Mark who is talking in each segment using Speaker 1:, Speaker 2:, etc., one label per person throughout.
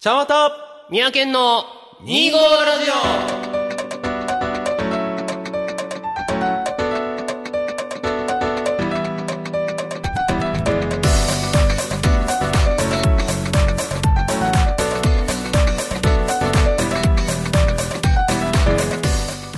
Speaker 1: 茶また
Speaker 2: 三宅県の2号ラジ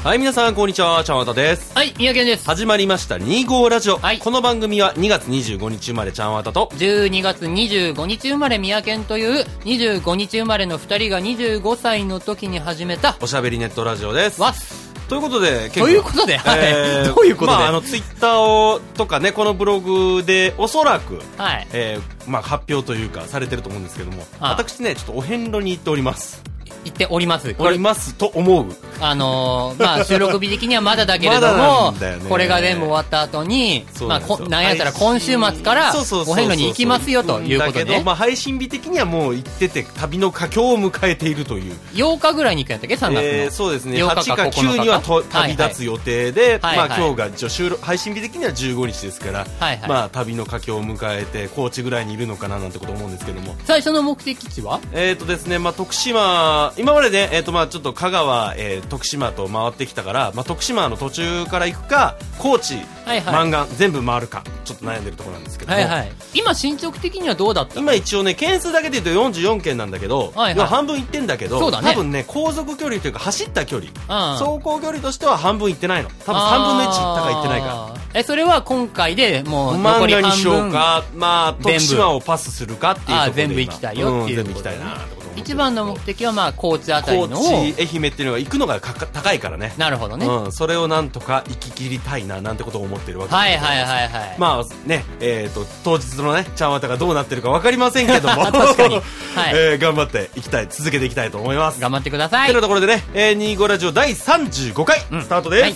Speaker 1: はい、皆さん、こんにちは。茶またです。
Speaker 2: オはい、三宅健です。
Speaker 1: 始まりました、2号ラジオ。
Speaker 2: はい
Speaker 1: この番組は2月25日生まれ、ちゃんわたと、
Speaker 2: 12月25日生まれ三宅健という25日生まれの2人が25歳の時に始めた
Speaker 1: おしゃべりネットラジオです。
Speaker 2: わっす
Speaker 1: ということで、
Speaker 2: ということで、はい、
Speaker 1: えー
Speaker 2: どういうことで、
Speaker 1: まあ、あの、ツイッターを、とかね、このブログで、おそらく、
Speaker 2: はい。
Speaker 1: えーまあ、発表というか、されてると思うんですけども、
Speaker 2: ああ
Speaker 1: 私ね、ちょっとお遍路に行っております。
Speaker 2: 言っております。
Speaker 1: おりますと思う。
Speaker 2: あのーま あ、収録日的にはまだだけれど
Speaker 1: まだな
Speaker 2: も、
Speaker 1: んだよね
Speaker 2: これが全部終わった後に、
Speaker 1: そう
Speaker 2: ま
Speaker 1: な
Speaker 2: あ、
Speaker 1: んですよ
Speaker 2: こなんやったら今週末から、
Speaker 1: そうそうそうそう
Speaker 2: お遍路に行きますよというこ
Speaker 1: だ
Speaker 2: と
Speaker 1: けど、
Speaker 2: で、
Speaker 1: まあ、配信日的にはもう行ってて、旅の佳境を迎えているという。
Speaker 2: 8日ぐらいに行くんやったっけ、3月の。
Speaker 1: えーそうですね
Speaker 2: 8
Speaker 1: 8
Speaker 2: 日
Speaker 1: か
Speaker 2: か
Speaker 1: 9にはと旅立つ予定で、
Speaker 2: はいはい
Speaker 1: まあ、今日が一応収録配信日的には15日ですから、
Speaker 2: はいはい
Speaker 1: まあ、旅の佳境を迎えて高知ぐらいにいるのかななんてこと思うんですけども。
Speaker 2: 最初の目的地は
Speaker 1: えーとですねまあ、徳島、今までね、えーとまあ、ちょっと香川、えー徳島と回ってきたから、まあ、徳島の途中から行くか高知、
Speaker 2: はいはい
Speaker 1: 満願全部回るかちょっと悩んでるところなんですけども、
Speaker 2: はいはい。今、進捗的にはどうだった
Speaker 1: 今一応ね件数だけで言うと44件なんだけど、
Speaker 2: はいはい
Speaker 1: 要半分いってんだけど
Speaker 2: そうだね
Speaker 1: 多分ね航続距離というか走った距離、
Speaker 2: うん。
Speaker 1: 走行距離としては半分いってないの多分3分の1だからいってないから
Speaker 2: え、それは今回でもう残
Speaker 1: 漫
Speaker 2: り
Speaker 1: 画
Speaker 2: 半分。
Speaker 1: にしようかまあ
Speaker 2: 全部
Speaker 1: 徳島をパスするかっていうところで
Speaker 2: あー全部行きたいよって
Speaker 1: 今
Speaker 2: いう
Speaker 1: ん全部行きたいなってこと思ってる
Speaker 2: 一番の目的はまあ、高知あたり
Speaker 1: 高
Speaker 2: のを。
Speaker 1: 知愛媛っていうのが行くのがかか高いからね
Speaker 2: なるほどね。
Speaker 1: うん、それをなんとか行き切りたいななんてことを思ってるわけです
Speaker 2: はいはいはいはい。
Speaker 1: まあね、えっ、と、当日のね、ちゃんわたがどうなってるかわかりませんけども。
Speaker 2: 確かにはい
Speaker 1: えー頑張っていきたい、続けていきたいと思います。
Speaker 2: 頑張ってください
Speaker 1: て。なところでね、えー、25ラジオ第35回、
Speaker 2: うん
Speaker 1: スタートです。
Speaker 2: はい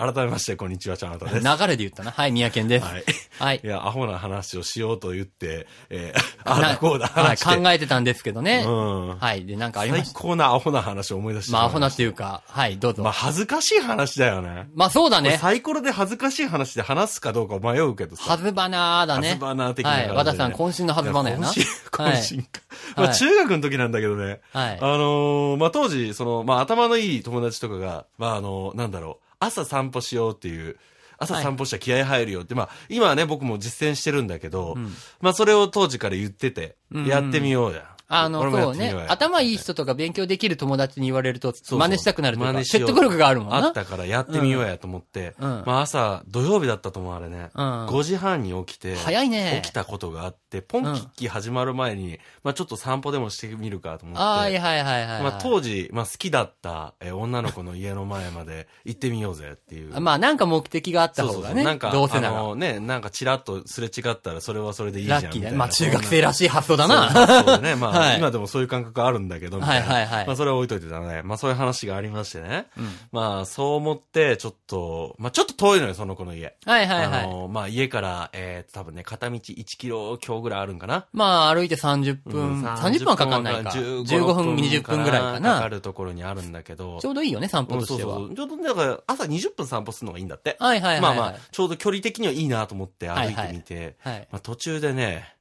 Speaker 1: 改めまして、こんにちは、ちゃんわたです。
Speaker 2: 流れで言ったな。はい、宮健です。
Speaker 1: はい。
Speaker 2: はい
Speaker 1: い。や、アホな話をしようと言って、えー、あ
Speaker 2: な
Speaker 1: だこうだ
Speaker 2: はい、
Speaker 1: 話して。
Speaker 2: 考えてたんですけどね。
Speaker 1: うん。
Speaker 2: はい、で、なんかありま
Speaker 1: 最
Speaker 2: した。
Speaker 1: 高なアホな話を思い出してし
Speaker 2: まあ、
Speaker 1: い
Speaker 2: アホなっていうか、はい、どうぞ。
Speaker 1: まあ、
Speaker 2: ま
Speaker 1: 恥ずかしい話だよね。
Speaker 2: あ、そうだ
Speaker 1: ね、
Speaker 2: ね。
Speaker 1: サイコロで恥ずかしい話で話すかどうか迷うけどさ。
Speaker 2: はずばなーだね。
Speaker 1: はずばなー的な
Speaker 2: は
Speaker 1: 感じ
Speaker 2: い、
Speaker 1: でね
Speaker 2: 和田さん、渾身のはずばなやな。
Speaker 1: いや渾身、渾身か。
Speaker 2: はい
Speaker 1: まあ、中学の時なんだけどね。
Speaker 2: はい
Speaker 1: あのーまあ、当時、その、まあ、頭のいい友達とかが、まあ、あのなんだろう、朝散歩しようっていう、朝散歩したら気合入るよって、まあ、今はね、僕も実践してるんだけど、まあ、それを当時から言ってて、
Speaker 2: ん
Speaker 1: やってみようや。
Speaker 2: あの、
Speaker 1: 俺もや
Speaker 2: そ
Speaker 1: っ
Speaker 2: う
Speaker 1: てみ
Speaker 2: ね
Speaker 1: よや。
Speaker 2: 頭いい人とか勉強できる友達に言われると、
Speaker 1: そうそう
Speaker 2: 真似したくなるという
Speaker 1: 真
Speaker 2: か、
Speaker 1: 似しよ
Speaker 2: 説
Speaker 1: う
Speaker 2: 得力があるもん
Speaker 1: あ
Speaker 2: な
Speaker 1: っ。たからやってみようやと思って、
Speaker 2: うんうん
Speaker 1: まあ朝、土曜日だったと思うあれね、
Speaker 2: うん
Speaker 1: 5時半に起きて、
Speaker 2: 早いね
Speaker 1: 起きたことがあって、ポンキッキー始まる前に、まあちょっと散歩でもしてみるかと思って、
Speaker 2: ああ、はいはいはいはい。
Speaker 1: まあ当時、まあ好きだったえー女の子の家の前まで 行ってみようぜっていう。
Speaker 2: まあなんか目的があった
Speaker 1: そうそうそ
Speaker 2: 方が
Speaker 1: う
Speaker 2: ね。
Speaker 1: なんか、
Speaker 2: どうせな
Speaker 1: あ
Speaker 2: ら。
Speaker 1: のね、なんかチラッとすれ違ったらそれはそれでいいじゃん
Speaker 2: ラ
Speaker 1: みた
Speaker 2: ッキ
Speaker 1: いな。
Speaker 2: ーだね。まあ中学生らしい発想だな。
Speaker 1: そうそうね。まあ、
Speaker 2: はい
Speaker 1: 今でもそういう感覚あるんだけど、みたいな。
Speaker 2: はいはいはい
Speaker 1: まあ、それは置いといてたね。まあ、そういう話がありましてね。
Speaker 2: ん
Speaker 1: まあ、そう思って、ちょっと、まあ、ちょっと遠いのよ、その子の家。
Speaker 2: はいはいは
Speaker 1: あ
Speaker 2: い。
Speaker 1: の、まあ、家から、えー、多分ね、片道1キロ強ぐらいあるんかな。
Speaker 2: まあ歩いて30分、30分はかかんないか。15分、20分ぐらいか
Speaker 1: かか
Speaker 2: な。
Speaker 1: るところにあるんだけど
Speaker 2: ち。ょうどいいよね、散歩
Speaker 1: うん
Speaker 2: と
Speaker 1: そ
Speaker 2: し
Speaker 1: う
Speaker 2: て
Speaker 1: そ
Speaker 2: は。
Speaker 1: う。ちょうどねだから、朝20分散歩するのがいいんだって。
Speaker 2: はいはいはいはい。
Speaker 1: まあまあ、ちょうど距離的にはいいなと思って歩いてみて、
Speaker 2: はい。
Speaker 1: まあ、途中でね、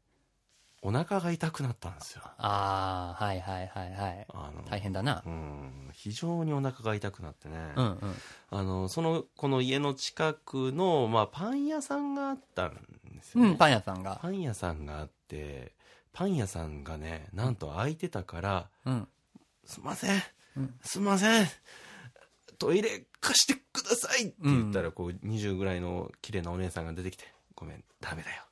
Speaker 1: お腹が痛くなったんですよ。
Speaker 2: ああ、はいはいはいはい。
Speaker 1: あの、
Speaker 2: 大変だな。
Speaker 1: うん非常にお腹が痛くなってね、
Speaker 2: うんうん。
Speaker 1: あのそのこの家の近くの、まあ、パン屋さんがあったんですよ、
Speaker 2: う
Speaker 1: ね
Speaker 2: ん、パン屋さんが。
Speaker 1: パン屋さんがあってパン屋さんがねなんと開いてたから
Speaker 2: うん。
Speaker 1: 「すいません、
Speaker 2: うん
Speaker 1: すいませんトイレ貸してください」って言ったら、こう20ぐらいの綺麗なお姉さんが出てきて「ごめんダメだよ」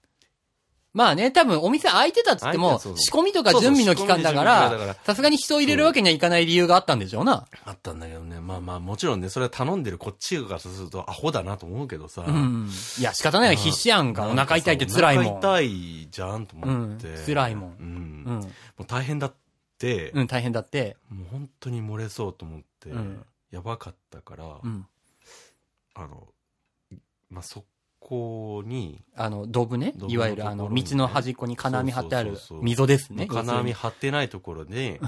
Speaker 2: まあね、多分お店開いてたっつっても、
Speaker 1: 開いてたそう
Speaker 2: 仕込みとか準備の期間
Speaker 1: そうそ
Speaker 2: だか
Speaker 1: う仕込み準備の期間だ
Speaker 2: ら
Speaker 1: か、
Speaker 2: さすがに人を入れるわけにはいかない理由があったんでしょうな。
Speaker 1: あったんだけどねまあまあもちろんねそれは頼んでるこっちからするとアホだなと思うけどさ、
Speaker 2: うん。いや、仕方ないよ。
Speaker 1: まあ
Speaker 2: 必死やんか。お腹痛いって辛いもん。
Speaker 1: お腹痛いじゃんと思って。
Speaker 2: うん辛いも
Speaker 1: う
Speaker 2: ん
Speaker 1: ん
Speaker 2: う
Speaker 1: も
Speaker 2: ん。
Speaker 1: う大変だって、
Speaker 2: うん、大変だって。
Speaker 1: もう本当に漏れそうと思って、
Speaker 2: うん
Speaker 1: やばかったから、
Speaker 2: うん。
Speaker 1: あの、まあ、そこに、
Speaker 2: あの、ドブね
Speaker 1: ド。ブの
Speaker 2: いわゆる、あ
Speaker 1: と
Speaker 2: の、
Speaker 1: ころにね
Speaker 2: 道の端っこに金網張ってあ
Speaker 1: そう
Speaker 2: る
Speaker 1: そうそうそう
Speaker 2: 溝ですね。
Speaker 1: 金網
Speaker 2: 要
Speaker 1: 張って ないところで、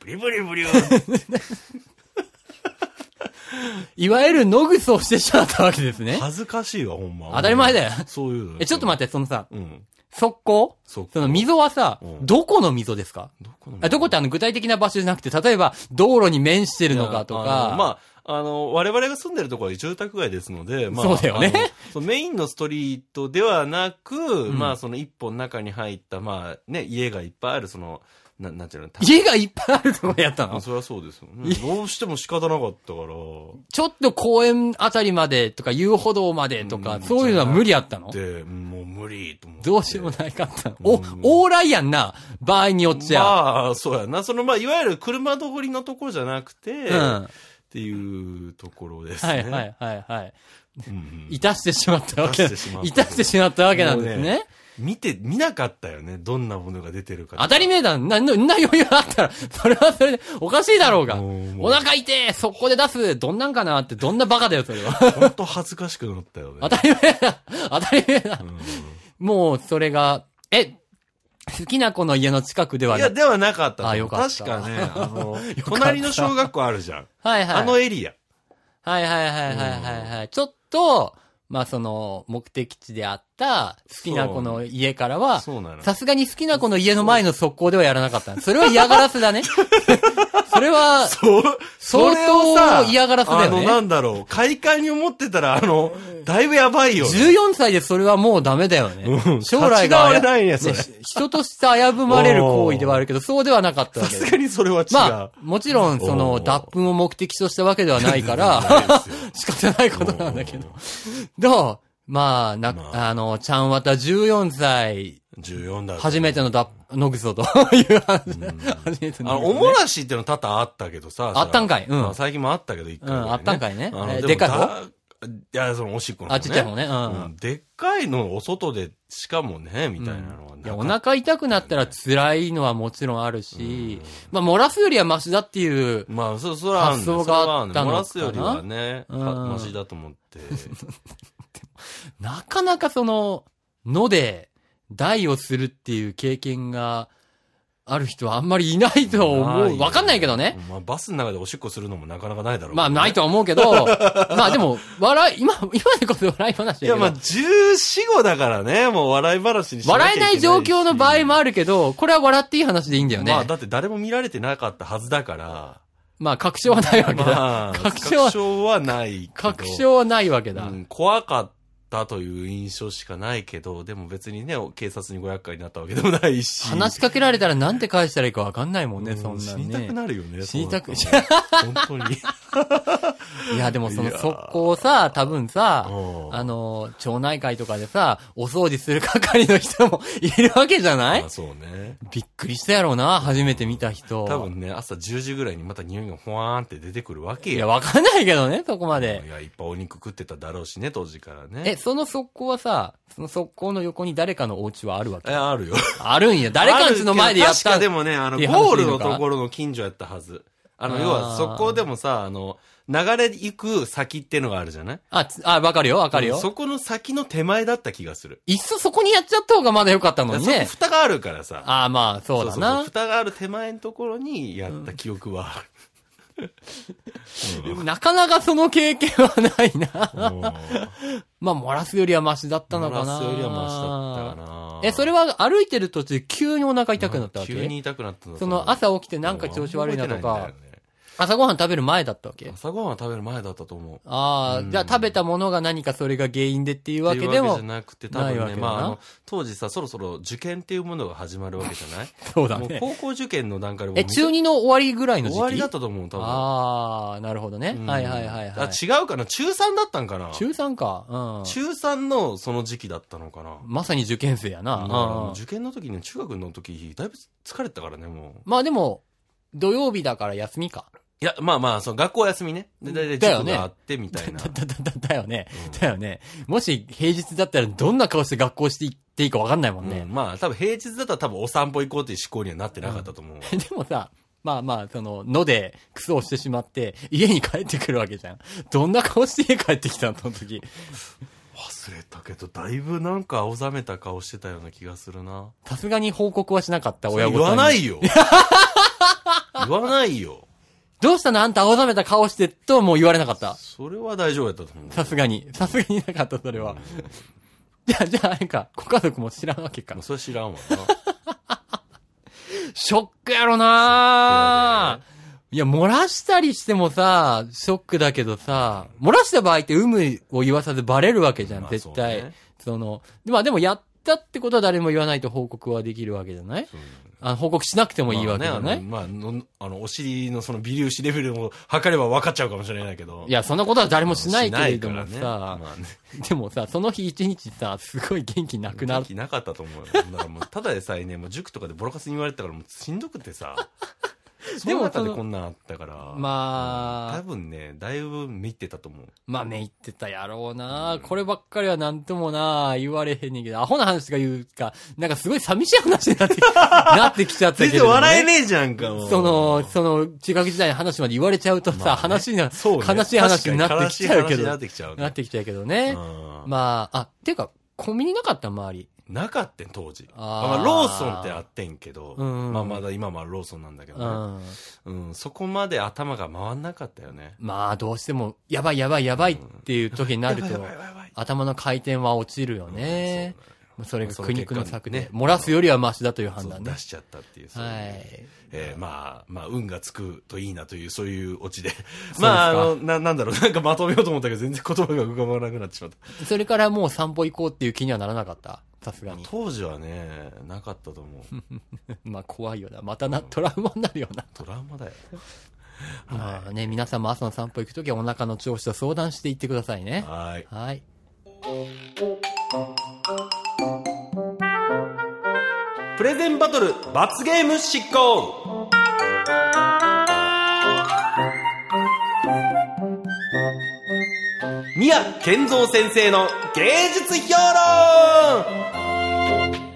Speaker 1: ブリブリブリュー
Speaker 2: いわゆる野ぐそをしてしまったわけですね。
Speaker 1: 恥ずかしいわ、ほんま。
Speaker 2: 当たり前だよ。
Speaker 1: そういうの。
Speaker 2: え、ちょっと待って、そのさ、
Speaker 1: って。うん。
Speaker 2: 速攻
Speaker 1: 速攻
Speaker 2: その溝はさ
Speaker 1: う、ん
Speaker 2: どこの溝ですか
Speaker 1: どこの
Speaker 2: あどこってあの具体的な場所じゃなくて、例えば道路に面してるのかと
Speaker 1: あ
Speaker 2: か
Speaker 1: の、まあ、あの、我々が住んでるところは住宅街ですので、まあ、
Speaker 2: そうだよね
Speaker 1: あの。そのメインのストリートではなく、
Speaker 2: ん
Speaker 1: まあ、その一本中に入った、まあ、ね、家がいっぱいある、その、ななんていうの、た
Speaker 2: 家がいっぱいあるとこやった
Speaker 1: まあ
Speaker 2: の
Speaker 1: それはそうですよね。どうしても仕方なかったから、
Speaker 2: ちょっと公園あたりまでとか遊歩道までとか、
Speaker 1: うん
Speaker 2: そういうのは無理あったの
Speaker 1: で、もう無理と思って。
Speaker 2: どうしようもないかったの。
Speaker 1: う
Speaker 2: お
Speaker 1: ん、
Speaker 2: 往来やんな、場合によっちゃ。
Speaker 1: まあ、そうやな。その、まあ、いわゆる車通りのところじゃなくて、
Speaker 2: うん
Speaker 1: っ。ていうところですね。
Speaker 2: はいはいはいはい。
Speaker 1: うんうん
Speaker 2: いたしてしまったわけ。
Speaker 1: いたしてしまった
Speaker 2: いたしてしまったわけなんです
Speaker 1: もう
Speaker 2: ね
Speaker 1: ね。見て、見なかったよね。どんなものが出てるか。
Speaker 2: 当たり前だ。な、な、んな余裕あったら、それはそれでおかしいだろうが。
Speaker 1: うん
Speaker 2: お腹痛え、速攻で出す、どんなんかなって、どんなバカだよ、それは。
Speaker 1: 本当恥ずかしくなったよね。
Speaker 2: 当たり前だ。当たり前だ。もう、それが、え、好きな子の家の近くではいな
Speaker 1: や、
Speaker 2: い。
Speaker 1: ではなかったと思う。
Speaker 2: あよかった
Speaker 1: 確かね、あ の、隣の小学校あるじゃん。
Speaker 2: はいはい。
Speaker 1: あのエリア。
Speaker 2: はいはいはいはいはいはい。ちょっと、まあその、目的地であった、好きな子の家からは、
Speaker 1: そうなの。
Speaker 2: さすがに好きな子の家の前の速攻ではやらなかった。それは嫌がら せだね。それは、
Speaker 1: そう、
Speaker 2: 相
Speaker 1: それをさ
Speaker 2: 当嫌がらせだよね
Speaker 1: あの、なんだろう、快感に思ってたら、あの、だいぶやばいよね。
Speaker 2: 14歳でそれはもうダメだよ
Speaker 1: う
Speaker 2: ね。
Speaker 1: ん
Speaker 2: 将来が
Speaker 1: 立ち直れないねそれ
Speaker 2: し人として危ぶまれる行為ではあるけど、そうではなかったわ
Speaker 1: さ
Speaker 2: け
Speaker 1: す
Speaker 2: で
Speaker 1: がにそれは違う。
Speaker 2: まあ、もちろん、そ
Speaker 1: お
Speaker 2: の、
Speaker 1: ー
Speaker 2: 脱粉を目的としたわけではな いから
Speaker 1: 全然ないですよ、
Speaker 2: 仕方ないことなんだけど。どうまあ、な、
Speaker 1: ま
Speaker 2: あ、の、ちゃんわた14歳、
Speaker 1: 14だ。
Speaker 2: 初めての脱、のぐそと いう話、初めて
Speaker 1: あ
Speaker 2: の
Speaker 1: の、
Speaker 2: 野
Speaker 1: お
Speaker 2: ぐそね
Speaker 1: もらしっていうの多々あったけどさ。
Speaker 2: あったんかいうん
Speaker 1: まあ最近もあったけど、一回ぐらいね、
Speaker 2: うんあったんかいね
Speaker 1: あの
Speaker 2: え
Speaker 1: でも
Speaker 2: でかい方
Speaker 1: だいや、その、おしっこの方ね。
Speaker 2: あちっちゃい方ねうん
Speaker 1: うんでっかいのをお外で、しかもね、みたいなのはなかっ
Speaker 2: うんい
Speaker 1: た
Speaker 2: や、お腹痛くなったら辛いのはもちろんあるし、まあ、漏らすよりはマシだっていう、
Speaker 1: まあ、そ、そら、
Speaker 2: 発想があったのかな
Speaker 1: そらあんね漏らすよりはね、
Speaker 2: うん
Speaker 1: はマシだと思っ て。
Speaker 2: なかなかその、ので、代をするっていう経験が、ある人はあんまりいないと
Speaker 1: ない
Speaker 2: 思
Speaker 1: よ
Speaker 2: う。わかんないけどね。。
Speaker 1: まあ、バスの中でおしっこするのもなかなかないだろう、
Speaker 2: まあ、ない。とは思うけど、 まあでも、笑い、今、今でこそ笑い話
Speaker 1: い
Speaker 2: だけ
Speaker 1: や、
Speaker 2: ど、
Speaker 1: まあ、14、5だからね、もう笑い話にしなきゃ
Speaker 2: 笑えない状況の場合も
Speaker 1: あ
Speaker 2: あるけど、これは笑っていい話でいいんだよね。
Speaker 1: まあ、
Speaker 2: まあ、
Speaker 1: だって誰も見られてなかったはずだから。
Speaker 2: 確証はないわけだ。
Speaker 1: まあ、
Speaker 2: 確
Speaker 1: 確
Speaker 2: 証は
Speaker 1: 証はないけど。
Speaker 2: 確証はないわけだ。
Speaker 1: うん、怖かったという印象しかないけど、でも別にね、警察にご厄介になったわけでもないし。
Speaker 2: 話しかけられたらなんて返したらいいかわかんないもんね、
Speaker 1: う
Speaker 2: そんなん
Speaker 1: 死
Speaker 2: ね。
Speaker 1: にたくなるよね。
Speaker 2: 死にたく
Speaker 1: そうな ったら本当に。
Speaker 2: いや、でもその
Speaker 1: いやー
Speaker 2: 速攻さ、多分さ
Speaker 1: う、ん
Speaker 2: あの、町内会とかでさ、お掃除する係の人もいるわけじゃない
Speaker 1: あそうね。
Speaker 2: びっくりしたやろうな、初めて見た人。
Speaker 1: 多分ね、朝10時ぐらいにまた匂いがほわーんって出てくるわけ
Speaker 2: いや、
Speaker 1: よ。
Speaker 2: わかんないけどね、そこま
Speaker 1: い
Speaker 2: で。
Speaker 1: や、いっぱいお肉食ってただろうしね、当時からね。
Speaker 2: え、その速攻はさ、その速攻の横に誰かのお家はあるわけ
Speaker 1: え、あるよ。
Speaker 2: あるんや。誰かんちの前でやっ
Speaker 1: あ
Speaker 2: た
Speaker 1: るけど確かでもね、あの、
Speaker 2: っていう話
Speaker 1: ゴールのところの近所やったはず。あ
Speaker 2: あ
Speaker 1: の、
Speaker 2: ー
Speaker 1: 要は、そこでもさ、あの、流れ行く先ってのがあるじゃない
Speaker 2: あ、つあ、わかるよ、わかるよ。
Speaker 1: そこの先の手前だった気がする。
Speaker 2: いっそそこにやっちゃった方がまだよかったのに
Speaker 1: そこ
Speaker 2: ね。
Speaker 1: 蓋があるからさ。
Speaker 2: ああ、まあ、そうだな。
Speaker 1: 蓋がある手前のところにやった記憶はあ る。
Speaker 2: なかなかその経験はないな。
Speaker 1: うん
Speaker 2: まあ、漏らすよりはマシだったのか
Speaker 1: 漏ら
Speaker 2: な。
Speaker 1: すよりはマシだったかな。
Speaker 2: え、それは歩いてる途中、急にお腹痛くなったわけ
Speaker 1: 急に痛くなったんだと
Speaker 2: そ
Speaker 1: 思う
Speaker 2: の朝起きてなんか調子悪いなと
Speaker 1: うん
Speaker 2: か
Speaker 1: 覚えて、ないんだよね
Speaker 2: 朝ごはん食べる前だったわけ
Speaker 1: 朝ごはんは食べる前だったと思う。
Speaker 2: ああ、じゃあ食べたものが何かそれが原因でっていうわ
Speaker 1: ってい
Speaker 2: け
Speaker 1: う
Speaker 2: で
Speaker 1: わ
Speaker 2: も
Speaker 1: けじ、ゃなくて、多
Speaker 2: ないわ
Speaker 1: 分ね、
Speaker 2: けだな
Speaker 1: まあ、あの、当時さ、そろそろ受験っていうものが始まるわけじゃない
Speaker 2: そうだ
Speaker 1: もう
Speaker 2: ね。
Speaker 1: 高校受験の段階でもう
Speaker 2: え、中二の終わりぐらいの時期
Speaker 1: 終わりだったと思う、多分。
Speaker 2: ああ、なるほどね。
Speaker 1: うん
Speaker 2: はいはいはいはい。
Speaker 1: あ違うかな中3だったんかな
Speaker 2: 中3か。うん。
Speaker 1: 中3のその時期だったのかな
Speaker 2: まさに受験生
Speaker 1: だ
Speaker 2: やな。
Speaker 1: から
Speaker 2: う
Speaker 1: もうん受験の時ね、中学の時、だいぶ疲れてたからね、もう。
Speaker 2: まあでも、土曜日だから休みか。
Speaker 1: いや、まあまあ、その学校休みね。で、だい
Speaker 2: だ
Speaker 1: たい
Speaker 2: よ
Speaker 1: 塾
Speaker 2: ね
Speaker 1: があって、みたいな。
Speaker 2: だ、だ、だ、 だよね。だよね。もし平日だったらどんな顔して学校して行っていいかわかんないもんね。
Speaker 1: うんまあ、多分平日だったら多分お散歩行こうっていう思考にはなってなかったと思う。
Speaker 2: でもさ、まあまあ、その、ので、クソをしてしまって、家に帰ってくるわけじゃん。どんな顔して家帰ってきたのその時。
Speaker 1: 忘れたけど、だいぶなんか青ざめた顔してたような気がするな。
Speaker 2: さすがに報告はしなかった親御
Speaker 1: 言
Speaker 2: さんに。
Speaker 1: わないよ言わないよ。
Speaker 2: どうしたのあんた青ざめた顔してとも言われなかった。
Speaker 1: それは大丈夫やったと思う。
Speaker 2: さすがに。さすがになかった、それは。じゃあ、じゃあ、なんか、ご家族も知らんわけか
Speaker 1: まあ、。それは知らんわ
Speaker 2: ショックやろ
Speaker 1: ショッ
Speaker 2: な
Speaker 1: ク
Speaker 2: いや、漏らしたりしてもさ、ショックだけどさ、漏らした場合って有無を言わさずバレるわけじゃん、
Speaker 1: まあ
Speaker 2: 絶
Speaker 1: そう
Speaker 2: 対
Speaker 1: ね。
Speaker 2: その、まあでもやったってことは誰も言わないと報告はできるわけじゃない
Speaker 1: な。
Speaker 2: あ報告しなくてもいいわけじゃ
Speaker 1: ま
Speaker 2: な
Speaker 1: あ
Speaker 2: い
Speaker 1: ね、あのまあの、あの、お尻のその微粒子レベルを測れば分かっちゃうかもしれないけど。
Speaker 2: い、や、そんなことは誰もしないけれど
Speaker 1: から
Speaker 2: も
Speaker 1: ね
Speaker 2: さ、
Speaker 1: まあね、
Speaker 2: でもさ、その日一日さ、すごい元気なくな
Speaker 1: 元
Speaker 2: る。
Speaker 1: 気なかったと思うよ。だからもう、ただでさえね、もう塾とかでボロカスに言われてたから、もうしんどくてさ。そ
Speaker 2: で
Speaker 1: の
Speaker 2: も
Speaker 1: 中
Speaker 2: その
Speaker 1: でこんなんあったから。
Speaker 2: まあ
Speaker 1: うん多分ね、だいぶ見てたと思う。
Speaker 2: まあ、めいってたやろうな、こればっかりはなんともな言われへんねんけど、アホな話とか言うか、なんかすごい寂しい話に なってき、なってきちゃったけ
Speaker 1: 全
Speaker 2: れど、
Speaker 1: 然
Speaker 2: ね。
Speaker 1: 笑えねえじゃんか、もう
Speaker 2: その、その、中学時代の話まで言われちゃうとさ、
Speaker 1: まあね
Speaker 2: 話にな、
Speaker 1: そうね、
Speaker 2: 悲しい話になってきちゃう
Speaker 1: 確かに悲しい話
Speaker 2: け
Speaker 1: に
Speaker 2: ど、
Speaker 1: な
Speaker 2: な
Speaker 1: ってきちゃうね、
Speaker 2: ってきちゃうけどね。
Speaker 1: うん
Speaker 2: まあ、あ、ていうか、コンビニなかった周り。
Speaker 1: なかったん、当時。
Speaker 2: あー
Speaker 1: まあ、ローソンってあってんけど、
Speaker 2: うん
Speaker 1: まあ、まだ今もローソンなんだけ
Speaker 2: う
Speaker 1: どね、
Speaker 2: ん。
Speaker 1: うんそこまで頭が回んなかったよね。
Speaker 2: まあ、どうしても、やばいやばいやばいっていう時になる
Speaker 1: や
Speaker 2: と
Speaker 1: ばい、やばいやばい
Speaker 2: 頭の回転は落ちるよ
Speaker 1: うん
Speaker 2: ね。それが苦肉の策
Speaker 1: そ
Speaker 2: で
Speaker 1: の結、果ね
Speaker 2: 漏らすよりはマシだという
Speaker 1: そう
Speaker 2: 判
Speaker 1: だねそう
Speaker 2: 断ね
Speaker 1: 出。しちゃったっていう。そうう
Speaker 2: はい。
Speaker 1: えーまあ、まあ、運がつくといいなという、そういうオチで。
Speaker 2: すか
Speaker 1: まあ、あの、な、なんだろう、なんかまとめようと思ったけど、全然言葉が浮かばなくなってしまった。
Speaker 2: それからもう散歩行こうっていう気にはならなかった。さすがに。
Speaker 1: 当時はね、なかったと思 う。
Speaker 2: まあ怖いよな。またな、トラウマになるよ な。
Speaker 1: トラウマだよ。
Speaker 2: まあね、皆さんも朝の散歩行くときはお腹の調子と相談して行ってくださいね。
Speaker 1: はい。
Speaker 2: はい。
Speaker 1: プレゼンバトル、罰ゲーム執行宮健三先生の芸術評論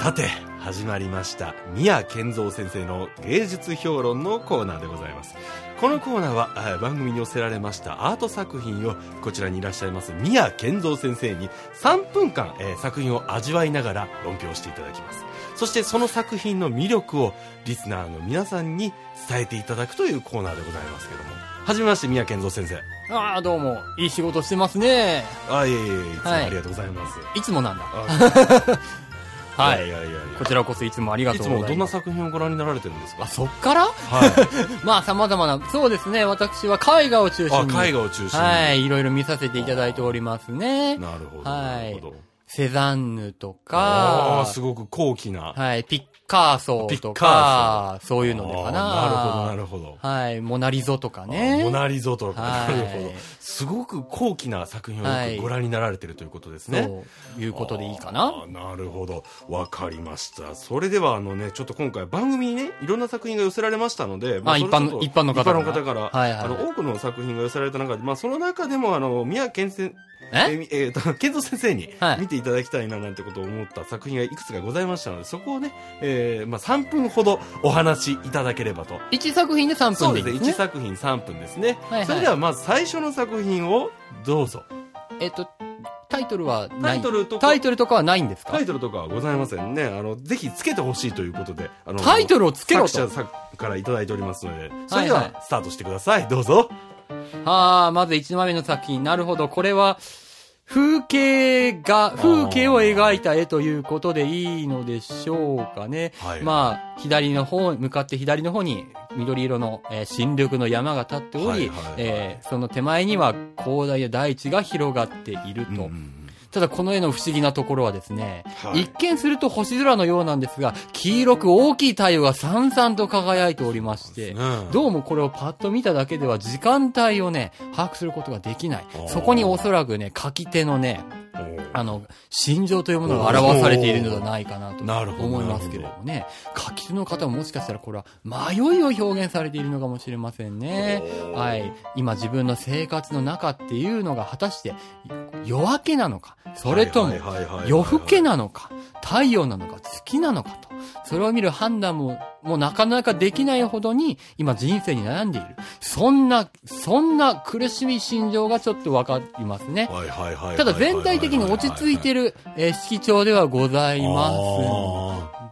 Speaker 1: さて、始まりました。宮健三先生の芸術評論のコーナーでございます。このコーナーはあー番組に寄せられましたアート作品をこちらにいらっしゃいます宮健三先生に3分間、えー作品を味わいながら論評していただきますそしてその作品の魅力をリスナーの皆さんに伝えていただくというコーナーでございますけどもはじめまして宮健三先生
Speaker 2: ああ、どうも。いい仕事してますね。
Speaker 1: あいえいえいえいつも
Speaker 2: はい
Speaker 1: ありがとうございます、
Speaker 2: いつもなんだ。
Speaker 1: あ
Speaker 2: はい
Speaker 1: いやいやいや
Speaker 2: こちらこそいつもありが
Speaker 1: い
Speaker 2: とう
Speaker 1: つ
Speaker 2: ござい
Speaker 1: も
Speaker 2: ます。
Speaker 1: どんな作品をご覧になられてるんですか
Speaker 2: あ、そっから
Speaker 1: はい
Speaker 2: まあ様々な、そうですね。私は絵画を中心
Speaker 1: あ
Speaker 2: に。
Speaker 1: 絵画を中心に
Speaker 2: はい、いろいろ見させていただいておりますね。
Speaker 1: なるほど
Speaker 2: は
Speaker 1: ないるほど
Speaker 2: セザンヌと
Speaker 1: あ
Speaker 2: か
Speaker 1: あ、すごく高貴な
Speaker 2: はい、ピッカーソと
Speaker 1: ピッカ
Speaker 2: か、そういうのでかな。
Speaker 1: あーなるほどなるほど
Speaker 2: はい、モナリゾとか
Speaker 1: あ
Speaker 2: ね。
Speaker 1: モナリゾとか、
Speaker 2: はい
Speaker 1: なるほど。すごく高貴な作品を
Speaker 2: は
Speaker 1: よ
Speaker 2: い
Speaker 1: くご覧になられてるということですね。
Speaker 2: そういうことでいいか
Speaker 1: あ
Speaker 2: な
Speaker 1: ーなるほど。わかりました。それでは、あのね、ちょっと今回番組にね、いろんな作品が寄せられましたので、ま
Speaker 2: あ
Speaker 1: それちょっと
Speaker 2: 一般の一般の方から
Speaker 1: 一般の方から、
Speaker 2: はいはいはい
Speaker 1: あの、多くの作品が寄せられた中で、まあ、その中でも、あの、宮健先え
Speaker 2: え
Speaker 1: みえーと、 健三先生に
Speaker 2: はい
Speaker 1: 見ていただきたいななんてことを思った作品がいくつかございましたので、そこをね、えーまあ、3分ほどお話しいただければと
Speaker 2: 一作品で3
Speaker 1: そ
Speaker 2: 分
Speaker 1: うで
Speaker 2: でいい
Speaker 1: すね。
Speaker 2: です
Speaker 1: 1
Speaker 2: ね。
Speaker 1: 作品3分ですね。
Speaker 2: はいはい
Speaker 1: それではまず最初の作品をどうぞ。
Speaker 2: えっと、タイトルは
Speaker 1: タ
Speaker 2: ない
Speaker 1: イトルとか
Speaker 2: タイトルとかはないんですか
Speaker 1: タイトルとかはございませんね。あの、ぜひつけてほしいということで。あの
Speaker 2: タイトルをつけろと
Speaker 1: 作者さんからいただいておりますので。それでは
Speaker 2: はい
Speaker 1: は
Speaker 2: は
Speaker 1: スタートしてください。どうぞ。
Speaker 2: ああ、まず1枚目の作品。なるほど。これは、風景が、風景を描いた絵ということでいいのでしょうかね。
Speaker 1: はい
Speaker 2: まあ、左の方、向かって左の方に緑色の、えー新緑の山が立っており、
Speaker 1: はいはいはい
Speaker 2: えーその手前には広大な大地が広がっていると。
Speaker 1: うんうん
Speaker 2: ただこの絵の不思議なところはですね、
Speaker 1: はい
Speaker 2: 一見すると星空のようなんですが、黄色く大きい太陽がさんさんと輝いておりまして、
Speaker 1: うん
Speaker 2: どうもこれをパッと見ただけでは時間帯をね、把握することができない
Speaker 1: あー。
Speaker 2: そこにおそらくね、書き手のね、
Speaker 1: おー
Speaker 2: あの、心情というものが表されているのではないかなと
Speaker 1: おーなるほど
Speaker 2: 思いますけれどもね。書き手の方ももしかしたらこれは迷いを表現されているのかもしれませんね
Speaker 1: おー。
Speaker 2: はい。今自分の生活の中っていうのが果たして夜明けなのか、それとも
Speaker 1: はいはいはいはいはい
Speaker 2: 夜更けなのか、太陽なのか、月なのかと。それを見る判断も、もうなかなかできないほどに、今人生に悩んでいる。そんな、そんな苦しみ心情がちょっとわかりますね。
Speaker 1: はいはいはいはいはい
Speaker 2: ただ全体的に落ち着いてる、えー色調ではございます。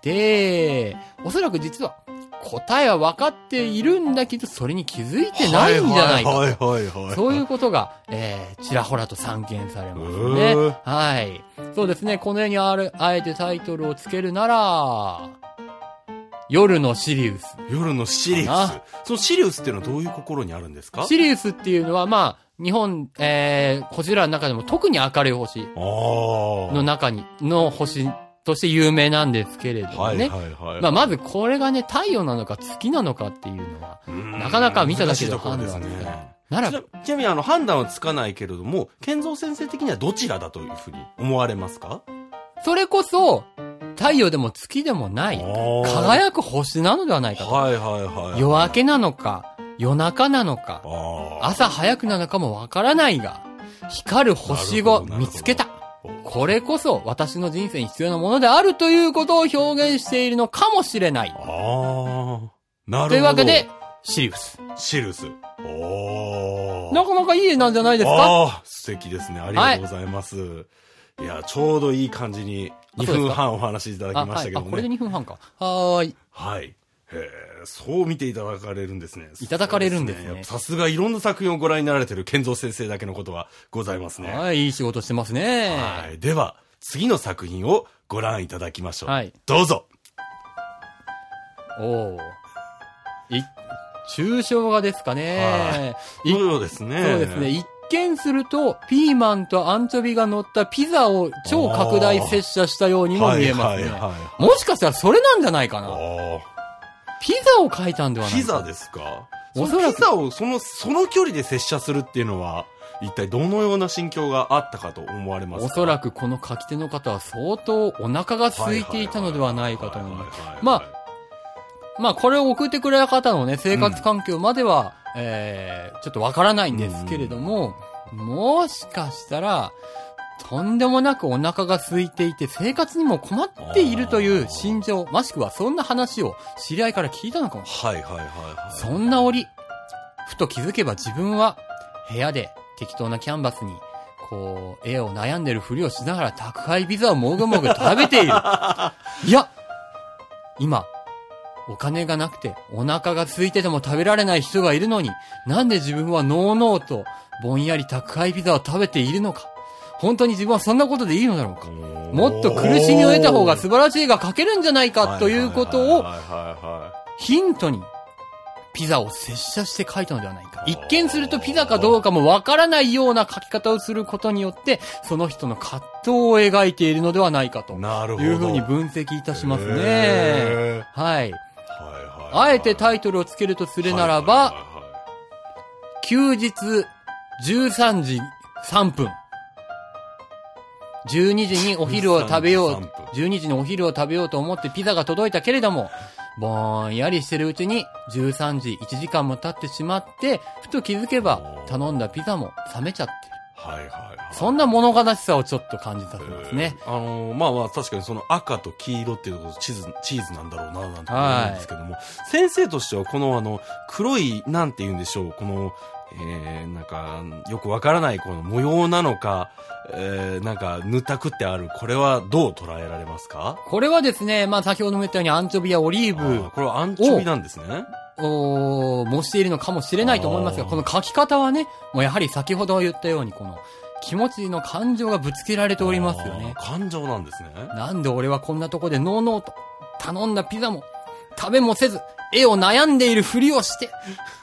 Speaker 2: で、おそらく実は、答えは分かっているんだけど、それに気づいてないんじゃないか。
Speaker 1: はいはいはいはい。。
Speaker 2: そういううことが、えー、ちらほらと散見されます
Speaker 1: う
Speaker 2: ね
Speaker 1: ー。
Speaker 2: はい。そうですね、この絵にある、あえてタイトルをつけるなら、夜のシリウス。
Speaker 1: 夜のシリウス
Speaker 2: かな。
Speaker 1: そのシリウスっていうのはどういう心にあるんですか
Speaker 2: シリウスっていうのは、まあ、日本、えー、こちらの中でも特に明るい星
Speaker 1: ああ。
Speaker 2: の中に、の星として有名なんですけれども
Speaker 1: はい
Speaker 2: ね。
Speaker 1: はいはい。
Speaker 2: まあ、まずこれがね、太陽なのか月なのかっていうのは、
Speaker 1: うん
Speaker 2: なかなか見ただけ
Speaker 1: 難
Speaker 2: で
Speaker 1: しいところです
Speaker 2: 判断できない
Speaker 1: ね。
Speaker 2: なら
Speaker 1: ちなちなみにあの判断はつかないけれども、健三先生的にはどちらだというふうに思われますか
Speaker 2: それこそ、太陽でも月でもない、
Speaker 1: 輝
Speaker 2: 輝く星なのではないかと。
Speaker 1: はいはいはい。
Speaker 2: 夜明けなのか、夜中なのか、
Speaker 1: あ
Speaker 2: 朝早くなのかもわからないが、光る星を見つけた。
Speaker 1: あ。
Speaker 2: これこそ私の人生に必要なものであるということを表現しているのかもしれない。
Speaker 1: ああ。なるほど。
Speaker 2: というわけで、、シリウス。
Speaker 1: シリウス。おー。
Speaker 2: なかなかいい絵なんじゃないですか
Speaker 1: ああ、素敵ですね。ありがとうございます。い、や、ちょうどいい感じに
Speaker 2: あ
Speaker 1: 2
Speaker 2: そうです
Speaker 1: 分
Speaker 2: か
Speaker 1: 半お話しいただきましたけど
Speaker 2: あ、はい。あ、こ
Speaker 1: も
Speaker 2: れで
Speaker 1: ね。
Speaker 2: 2分半か。はーい。
Speaker 1: はい、へえ、そう見ていただかれるんですね。
Speaker 2: いただかれるんですね
Speaker 1: そうやっぱさすがいろんな作品をご覧になられてる健三先生だけのことはございますね。
Speaker 2: はい、いい仕事してますね。
Speaker 1: はいでは、次の作品をご覧いただきましょう。
Speaker 2: はい
Speaker 1: どうぞ。
Speaker 2: おお。い、抽象画ですかね。い
Speaker 1: そうですね。
Speaker 2: そうですね。。一見すると、ピーマンとアンチョビが乗ったピザを超拡大接写したようにも見えます
Speaker 1: はいはい
Speaker 2: ね。
Speaker 1: はい。
Speaker 2: もしかしたらそれなんじゃないかな
Speaker 1: あ
Speaker 2: ピザを描いたんでは
Speaker 1: あ、
Speaker 2: ない
Speaker 1: ピ
Speaker 2: か
Speaker 1: ザですか
Speaker 2: お
Speaker 1: お
Speaker 2: そ
Speaker 1: そ
Speaker 2: ら
Speaker 1: ら
Speaker 2: く
Speaker 1: く。ピザをその、その距離で接写するっていうのは、一体どのような心境があったかと思われますか
Speaker 2: おそらくこの書き手の方は相当お腹が空いていたのではないかと思います。
Speaker 1: す
Speaker 2: ままあこれを送ってくれた方のね、生活環境までは、えー、ちょっとわからないんですけれども、もしかしたら、とんでもなくお腹が空いていて、生活にも困っているという心情、もしくはそんな話を知り合いから聞いたのかもし
Speaker 1: はいはいはいはい。
Speaker 2: れない。そんな折、ふと気づけば自分は、部屋で適当なキャンバスに、こう、絵を悩んでるふりをしながら宅配ビザをもぐもぐ食べている。いや、今、お金がなくて、お腹が空いてても食べられない人がいるのに、なんで自分はのうのうと、ぼんやり宅配ピザを食べているのか。本当に自分はそんなことでいいのだろうか。もっと苦しみを得た方が素晴らしい絵が描けるんじゃないか、ということを
Speaker 1: はいはいはい
Speaker 2: ヒントに、ピザを拙者して描いたのではないか。一見するとピザかどうかもわからないような描き方をすることによって、その人の葛藤を描いているのではないかと
Speaker 1: はい。なるほど。
Speaker 2: いうふうに分析いたしますね。
Speaker 1: へ
Speaker 2: はい。
Speaker 1: ー。はいはいはい。
Speaker 2: あえてタイトルをつけるとするなら
Speaker 1: はい
Speaker 2: ば、
Speaker 1: はいはいはい
Speaker 2: 休日13時3分。12時にお昼を食べよう
Speaker 1: 13分、
Speaker 2: 12時にお昼を食べようと思ってピザが届いたけれども、ぼんやりしてるうちに13時1時間も経ってしまって、ふと気づけば頼んだピザも冷めちゃってる。
Speaker 1: はいはいはい。
Speaker 2: そんな物悲しさをちょっと感じさせますね。
Speaker 1: えー。あのーまあまあ確かにその赤と黄色っていうことチーズ、チーズなんだろうな、なんて思うんですけども、先生としてはこのあの、黒い、なんて言うんでしょう、この、えー、なんか、よくわからないこの模様なのか、えー、なんか、ぬたくってある、これはどう捉えられますか
Speaker 2: これはですね、まあ先ほども言ったようにアンチョビやオリ
Speaker 1: あ
Speaker 2: ー
Speaker 1: ーこれはアンチョビなんですね。
Speaker 2: ブを模しているのかもしれないと思いますが、
Speaker 1: あー
Speaker 2: この書き方はね、もうやはり先ほど言ったようにこの気持ちの感情がぶつけられておりますよね
Speaker 1: あ。ー感情なんですね。
Speaker 2: なんで俺はこんなとこでノーノーと頼んだピザも食べもせず、絵を悩んでいるふりをして、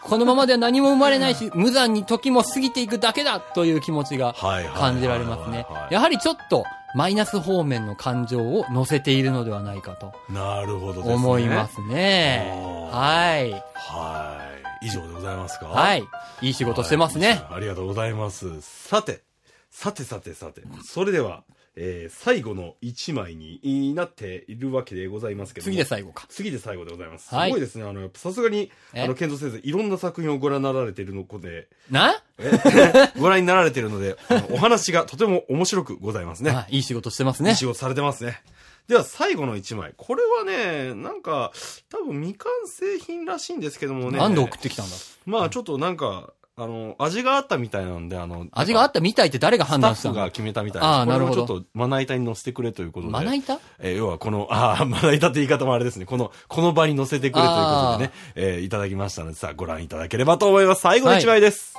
Speaker 2: このままでは何も生まれないし、無残に時も過ぎていくだけだという気持ちが
Speaker 1: はいはいはいはい。
Speaker 2: 感じられますね
Speaker 1: は。い
Speaker 2: やはりちょっとマイナス方面の感情を乗せているのではないかと
Speaker 1: なるほどですね。
Speaker 2: 思いますね。
Speaker 1: あ
Speaker 2: はい。
Speaker 1: はい。以上でございますか
Speaker 2: はい。いい仕事してますね。
Speaker 1: はい。ありがとうございます。さて、さてさてさて、それでは、えー最後の1枚になっているわけでございますけども
Speaker 2: 次で最後か。
Speaker 1: 次で最後でございます。
Speaker 2: はい
Speaker 1: すごいですね。あの、やっぱさすがに、
Speaker 2: え
Speaker 1: あの、健三先生、いろんな作品をご覧になられているので、
Speaker 2: な、
Speaker 1: え ご覧になられているので、あのお話がとても面白くございますね。
Speaker 2: あいい仕事してます
Speaker 1: いい
Speaker 2: ね。
Speaker 1: 仕事されてますね。では最後の1枚。これはね、なんか、多分未完成品らしいんですけどもね。
Speaker 2: 何で送ってきたんだ
Speaker 1: まあちょっとなんか、あの、味があったみたいなんで、あの、
Speaker 2: 味があったみたいって誰が
Speaker 1: ス
Speaker 2: 判
Speaker 1: タ
Speaker 2: 断した
Speaker 1: ッフ
Speaker 2: の
Speaker 1: が決めたみたい
Speaker 2: あ
Speaker 1: な
Speaker 2: あ
Speaker 1: んです。これ
Speaker 2: なる
Speaker 1: を
Speaker 2: ほ
Speaker 1: ちょっ
Speaker 2: ど
Speaker 1: とまな板に乗せてくれということで。
Speaker 2: まな板
Speaker 1: えー要はこの、ああ、まな板って言い方もあれですね。この、この場に乗せてくれということでね、えーいただきましたので、さあご覧いただければと思います。最後の一枚です。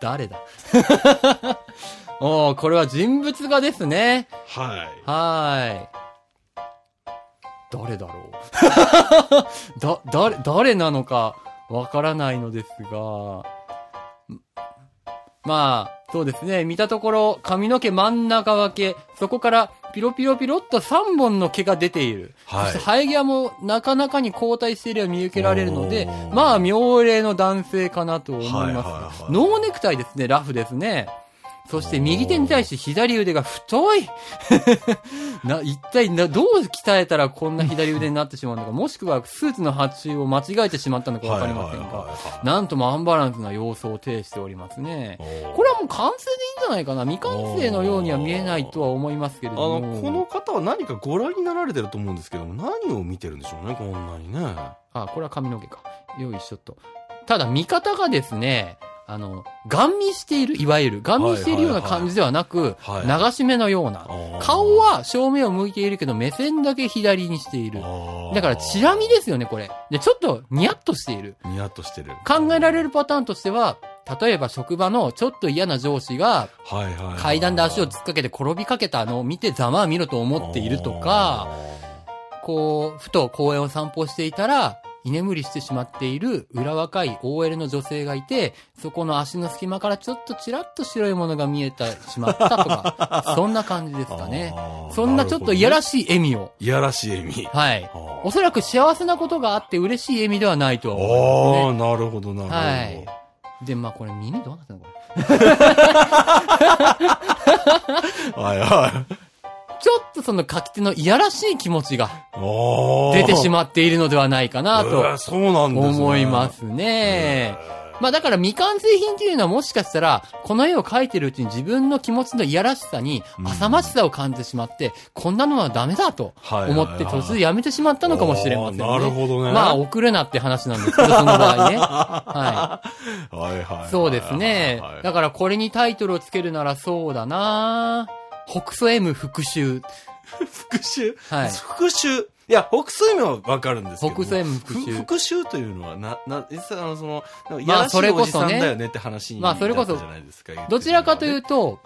Speaker 2: 誰だ おおこれは人物画ですね。
Speaker 1: はい。
Speaker 2: はーい。誰だろう だ、誰、誰なのかわからないのですが、んまあ、そうですね。見たところ、髪の毛真ん中分け、そこからピロピロピロっと3本の毛が出ている。
Speaker 1: はい
Speaker 2: そして生え際もなかなかに交代していれば見受けられるので
Speaker 1: おー、
Speaker 2: まあ、妙齢の男性かなと思います。
Speaker 1: はいはいはい
Speaker 2: ノーネクタイですね、ラフですね。そして右手に対して左腕が太い な、一体な、どう鍛えたらこんな左腕になってしまうのか、もしくはスーツの発注を間違えてしまったのかわかりません
Speaker 1: はいはい
Speaker 2: が、
Speaker 1: はいはい
Speaker 2: なんともアンバランスな様相を呈しておりますね。
Speaker 1: おー
Speaker 2: これはもう完成でいいんじゃないかな未完成のようには見えないとは思いますけれ
Speaker 1: あ
Speaker 2: ども。
Speaker 1: の、この方は何かご覧になられてると思うんですけども、何を見てるんでしょうね、こんなにね。
Speaker 2: あ、これは髪の毛か。よいしょっと。ただ、見方がですね、あの、ガン見している、いわゆる、ガン見しているような感じではなく、
Speaker 1: はいはい
Speaker 2: 流し目のような。顔は正面を向いているけど、目線だけ左にしている。だから、チラ見
Speaker 1: で。
Speaker 2: ですよね、これ。で、ちょっと、ニヤッとしている。
Speaker 1: ニヤッとしてる。
Speaker 2: 考えられるパターンとしては、例えば職場のちょっと嫌な上司が
Speaker 1: はいはいはいはい
Speaker 2: 階段で足を突っかけて転びかけたのを見てざまあ見ろと思っているとか、こう、ふと公園を散歩していたら、居眠りしてしまっている裏若い OL の女性がいて、そこの足の隙間からちょっとちらっと白いものが見えてしまったと か、そんな感じですかね
Speaker 1: あ。ー
Speaker 2: そんなちょっといやらしい笑みを。
Speaker 1: いやらしい笑み。
Speaker 2: はい
Speaker 1: あ。ー
Speaker 2: おそらく幸せなことがあって嬉しい笑みではないとは思いますね
Speaker 1: ああ、なるほど、なるほど。
Speaker 2: はいで、まあこれ耳どうなったのこれ。
Speaker 1: はいはい。
Speaker 2: ちょっとその書き手のいやらしい気持ちが
Speaker 1: ああ。
Speaker 2: 出てし
Speaker 1: ま
Speaker 2: まっているのではないかなと
Speaker 1: そうなんですね
Speaker 2: 思いま。すね。まあだから未完成品というのはもしかしたら、この絵を描いてるうちに自分の気持ちのいやらしさに
Speaker 1: う、ん
Speaker 2: 浅ましさを感じてしまって、こんなのはダメだと
Speaker 1: はいはいはい
Speaker 2: 思って途中でやめてしまったのかもしれませんね。
Speaker 1: おーなるほどね
Speaker 2: まあ送るなって話なんですけど、その場 合ね。は。
Speaker 1: はいはいはいい。
Speaker 2: そうですね
Speaker 1: はいは。い
Speaker 2: だからこれにタイトルをつけるならそうだな北ソ M 復讐。
Speaker 1: 復讐
Speaker 2: はい
Speaker 1: 復讐いや、北斎はわかるんですけども。
Speaker 2: 北斎も復讐
Speaker 1: ふ復讐というのは、な、な、実はあの、その、なんかい
Speaker 2: まあ
Speaker 1: やらしい
Speaker 2: それこ
Speaker 1: おじ
Speaker 2: そ
Speaker 1: さん
Speaker 2: ね
Speaker 1: だよねって話に
Speaker 2: ま
Speaker 1: な
Speaker 2: あ
Speaker 1: っ
Speaker 2: それこ
Speaker 1: た
Speaker 2: そ
Speaker 1: じゃないですか。
Speaker 2: どちらかといううと、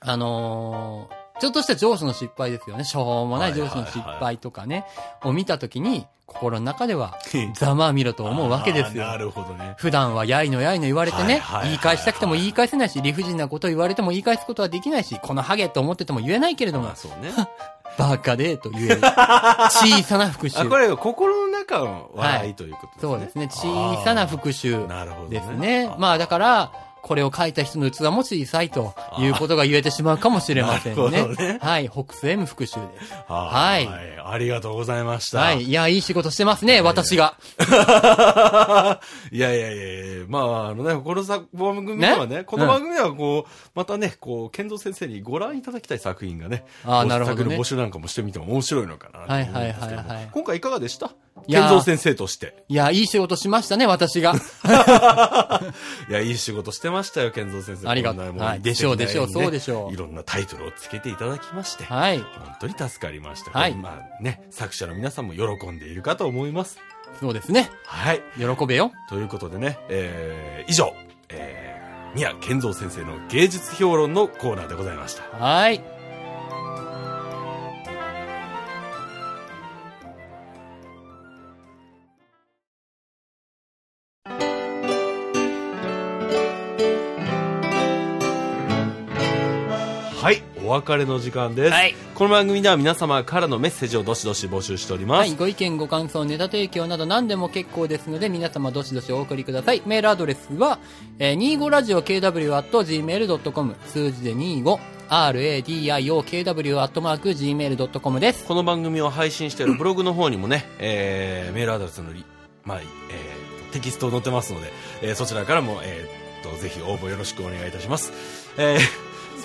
Speaker 2: あのーちょっとした上司の失敗ですよね。しょうもない上司の失敗とかね、を見たときに、心の中では、ざまあ見ろと思うわけですよ
Speaker 1: あー。なるほどね。
Speaker 2: 普段はやいのやいの言われて
Speaker 1: はいは
Speaker 2: ね
Speaker 1: いはいは、い
Speaker 2: 言い返したくても言い返せないし、理不尽なことを言われても言い返すことはできないし、このハゲと思ってても言えないけれど
Speaker 1: ま
Speaker 2: も
Speaker 1: あ、そうね。
Speaker 2: バカでと言え る。小さ な復
Speaker 1: あ、こ
Speaker 2: 讐。
Speaker 1: れが心の中の笑いということですね。
Speaker 2: そうですね。小さな復讐。
Speaker 1: なるほどね。
Speaker 2: ですね。まあだから、これを書いた人の器も小さいということが言えてしまうかもしれませ ん
Speaker 1: あーな
Speaker 2: ね
Speaker 1: るほどね。
Speaker 2: はい、北西 M 復讐です。
Speaker 1: はい。
Speaker 2: は
Speaker 1: ありがとうございました。
Speaker 2: はい、いや、いい仕事してますね、私が。
Speaker 1: いやいやいやいやまあ、あのね、このさ番組ではね、この番組ではこう、またね、こう、剣道先生にご覧いただきたい作品がね、
Speaker 2: あー
Speaker 1: こう
Speaker 2: なるほどね
Speaker 1: 作の募集なんかもしてみても面白いのかなと思うんですけど
Speaker 2: はいはいはいはい
Speaker 1: 今回いかがでした
Speaker 2: いやー
Speaker 1: 剣道先生として。
Speaker 2: いや、いい仕事しましたね、私が。
Speaker 1: いや、いい仕事してましたよ、剣道先生。
Speaker 2: ありがとう
Speaker 1: こんなもん
Speaker 2: はいでしょうでしょう
Speaker 1: 一石二鳥にね
Speaker 2: そうでしょう
Speaker 1: いろんなタイトルをつけていただきまして。
Speaker 2: はい。
Speaker 1: 本当に助かりました。
Speaker 2: はい
Speaker 1: まあね、作者の皆さんも喜んでいるかと思います。
Speaker 2: そうですね。
Speaker 1: はい。
Speaker 2: 喜べよ。
Speaker 1: ということでね、えー、以上、えー、宮健三先生の芸術評論のコーナーでございました。
Speaker 2: はい。
Speaker 1: はい、お別れの時間です。
Speaker 2: はい
Speaker 1: この番組では皆様からのメッセージをどしどし募集しております。
Speaker 2: はい。ご意見、ご感想、ネタ提供など何でも結構ですので、皆様どしどしお送りください。メールアドレスは、えー、25radio.kw.gmail.com 数字で 25radiokw.gmail.com です。
Speaker 1: この番組を配信しているブログの方にもね、えー、メールアドレスのり、まあ、えー、テキストを載ってますので、えー、そちらからも、えー、っと、ぜひ応募よろしくお願いいたします。えー、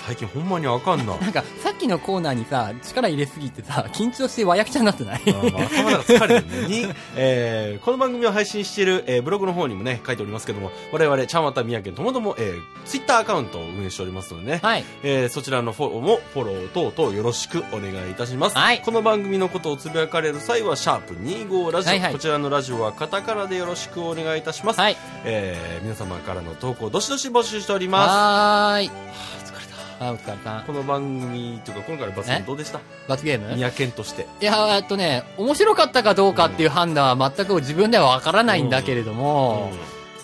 Speaker 1: 最近ほんまにあかんな。
Speaker 2: なんか、さっきのコーナーにさ、力入れすぎてさ、緊張して和訳ちゃになって ない
Speaker 1: あーまあ頭が疲れてるんでに、えーこの番組を配信している、えーブログの方にもね、書いておりますけども、我々、ちゃんわたみやけんともども、えー、ツイッターアカウントを運営しておりますのでね、
Speaker 2: はい。
Speaker 1: えーそちらのフォローも、フォロー等々よろしくお願いいたします。
Speaker 2: はい
Speaker 1: この番組のことをつぶやかれる際は、シャープ25ラジオ、
Speaker 2: はいはい
Speaker 1: こちらのラジオはカタカナでよろしくお願いいたします。
Speaker 2: はい。
Speaker 1: えー皆様からの投稿、どしどし募集しております。
Speaker 2: はーい。
Speaker 1: あー疲れた
Speaker 2: あ、お疲れさん。
Speaker 1: この番組というか、今回のバスケ
Speaker 2: え
Speaker 1: どうでした
Speaker 2: 罰ゲーム
Speaker 1: 三宅健として。
Speaker 2: いや、えっとね、面白かったかどうかっていう判断は全く自分ではわからないんだけれども、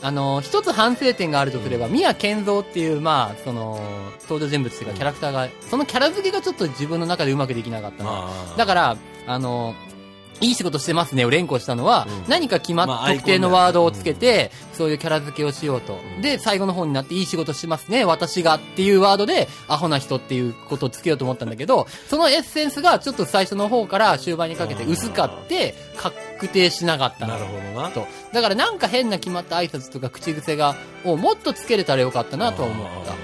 Speaker 2: あの、一つ反省点があるとすれば、宮健三っていう、まあ、その、登場人物っていう
Speaker 1: うん
Speaker 2: かキャラクターが、そのキャラ付けがちょっと自分の中でうまくできなかったな。だ
Speaker 1: ら、
Speaker 2: から、あの、いい仕事してますねを連呼したのは、
Speaker 1: うん
Speaker 2: 何か決
Speaker 1: ま
Speaker 2: ま
Speaker 1: あア
Speaker 2: っ
Speaker 1: イコン
Speaker 2: て特定の
Speaker 1: だよね
Speaker 2: ワードをつけて、そういうキャラ付けをしようと。
Speaker 1: うん
Speaker 2: で、最後の方になって、いい仕事してますね、私がっていうワードで、アホな人っていうことをつけようと思ったんだけど、そのエッセンスがちょっと最初の方から終盤にかけて薄かって、確定しなかった
Speaker 1: なるほどな。
Speaker 2: と。だからなんか変な決まった挨拶とか口癖が、をもっとつけれたらよかったなとは思った。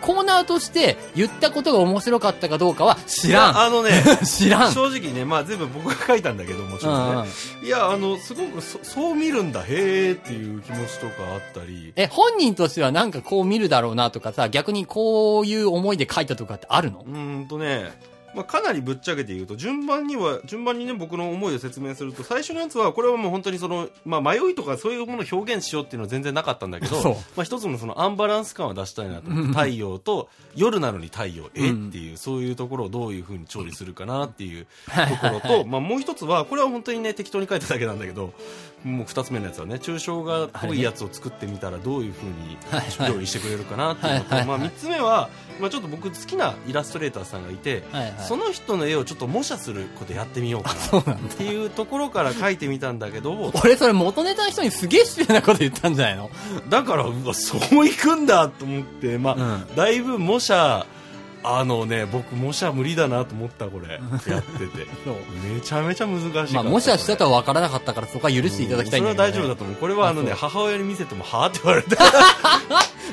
Speaker 2: コーナーとして言ったことが面白かったかどうかは知らん。
Speaker 1: あのね、
Speaker 2: 知らん。
Speaker 1: 正直ね、まあ全部僕が書いたんだけど、もちろんね。いや、あの、すごくそ、そう見るんだ、へーっていう気持ちとかあったり。
Speaker 2: え、本人としてはなんかこう見るだろうなとかさ、逆にこういう思いで書いたとかってあるの
Speaker 1: うーんとね、まあ、かなりぶっちゃけて言うと、順番には、順番にね、僕の思いを説明すると、最初のやつは、これはもう本当にその、まあ、迷いとかそういうものを表現しようっていうのは全然なかったんだけど、
Speaker 2: そう
Speaker 1: まあ、一つのそのアンバランス感は出したいなと思って
Speaker 2: うん
Speaker 1: 太陽と、夜なのに太陽、え
Speaker 2: うん
Speaker 1: っていう、そういうところをどういうふうに調理するかなっていう
Speaker 2: はい
Speaker 1: とこ
Speaker 2: はい
Speaker 1: ろと、まあ、もう一つは、これは本当にね、適当に書いただけなんだけど、もう二つ目のやつはね、抽象画っぽいやつを作ってみたらどういうふうに
Speaker 2: はい
Speaker 1: 料理してくれるかなっていうのと、
Speaker 2: はいはい
Speaker 1: まあ、三つ目は、まあ、ちょっと僕好きなイラストレーターさんがいて、
Speaker 2: はいはい。
Speaker 1: その人の絵をちょっと模写することやってみようか
Speaker 2: そうなん
Speaker 1: な
Speaker 2: だ
Speaker 1: っ。ていうところから書いてみたんだけど、
Speaker 2: 俺それ元ネタの人にすげえ失礼なこと言ったんじゃないの
Speaker 1: だから、うわ、そういくんだと思って、まあ、
Speaker 2: ん。
Speaker 1: だいぶ模写、あのね、僕模写無理だなと思った、これ。やってて。
Speaker 2: そう。
Speaker 1: めちゃめちゃ難しいから。
Speaker 2: まあ、もしかしたとは分からなかったからそこは許していただきたいんだけど、
Speaker 1: うんそれは大丈夫だ
Speaker 2: だ。
Speaker 1: と思う。これはあのね、
Speaker 2: あ
Speaker 1: 母親に見せても、はぁって言われた。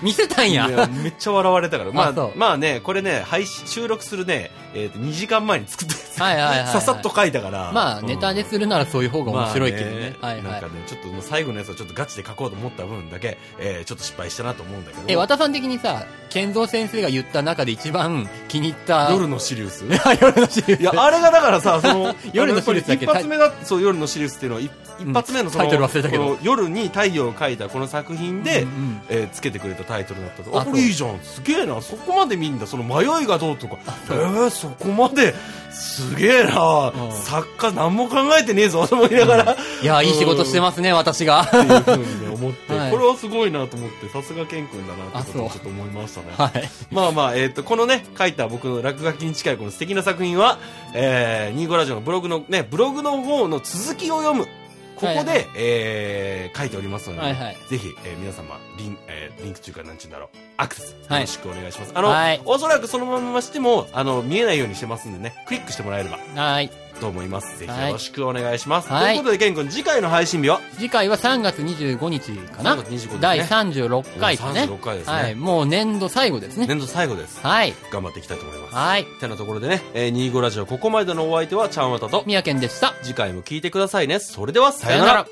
Speaker 2: 見せたん
Speaker 1: い
Speaker 2: や。
Speaker 1: やめっちゃ笑われたから。ま
Speaker 2: あそ
Speaker 1: あ
Speaker 2: う、
Speaker 1: まあね、これね、配信、収録するね、えっと、2時間前に作ったやつ。
Speaker 2: はいはいはいはい
Speaker 1: ささっと書いたから。
Speaker 2: まあ、
Speaker 1: うん
Speaker 2: ネタでするならそういう方が面白いけどね。
Speaker 1: まあ
Speaker 2: はいは
Speaker 1: なん
Speaker 2: い
Speaker 1: か。ね、ちょっともう最後のやつをちょっとガチで書こうと思った分だけ、えーちょっと失敗したなと思うんだけど。
Speaker 2: え、和田さん的にさ、健三先生が言った中で一番気に入った。
Speaker 1: 夜
Speaker 2: の。
Speaker 1: のシリウス
Speaker 2: いや、 夜のシリーズ、
Speaker 1: いや、あれがだからさ、その
Speaker 2: 夜のシリウスだっけ
Speaker 1: 一発目が、そう、夜のシリウスっていうのは、い一発目のその、
Speaker 2: うんタイトル忘れたけど
Speaker 1: この夜に太陽を描いたこの作品で、
Speaker 2: うんうん
Speaker 1: えーつけてくれたタイトルだったと。あ、
Speaker 2: あ
Speaker 1: これいいじゃん。すげえな。そこまで見んだ。その迷いがどうとか。えー、そこまで、すげえな
Speaker 2: う。ん
Speaker 1: 作家何も考えてねえ ぞ、と思いながら。
Speaker 2: いや、いい仕事してますね、私が。
Speaker 1: っていうふうにね思って、
Speaker 2: はい
Speaker 1: これはすごいなと思って、さすがケン君だなってことを
Speaker 2: あ
Speaker 1: ち
Speaker 2: そ
Speaker 1: ょっと思いましたね。
Speaker 2: はい。
Speaker 1: まあまあ、えっ、と、このね、書いた僕の落書きに近いこの素敵な作品は、えー、ニーゴラジオのブログのね、ブログの方の続きを読む。ここで、
Speaker 2: はいはい
Speaker 1: えー書いておりますので、
Speaker 2: はいはい
Speaker 1: ぜひ、えー皆様、リン、えーリンク中かなんちゅうんだろう、アクセス、よ
Speaker 2: はい
Speaker 1: ろしくお願いします。あの、
Speaker 2: はい
Speaker 1: おそらくそのまましても、あの、見えないようにしてますんでね、クリックしてもらえれば
Speaker 2: はい。
Speaker 1: と思います。ぜ
Speaker 2: は
Speaker 1: ひ
Speaker 2: い
Speaker 1: よろしくお願いします。
Speaker 2: は
Speaker 1: と
Speaker 2: い
Speaker 1: いうことで、ケン君、次回の配信日は
Speaker 2: 次回は3月25日かな
Speaker 1: 3月25日ですね
Speaker 2: 第36回ですね。
Speaker 1: 36回ですね。
Speaker 2: はい。もう年度最後ですね。
Speaker 1: 年度最後です。
Speaker 2: はい。
Speaker 1: 頑張っていきたいと思います。
Speaker 2: はい。
Speaker 1: てなところでね、えー、25ラジオここまでのお相手はちゃんわたと、
Speaker 2: 宮健でした。
Speaker 1: 次回も聞いてくださいね。それでは、さよなら。
Speaker 2: ら。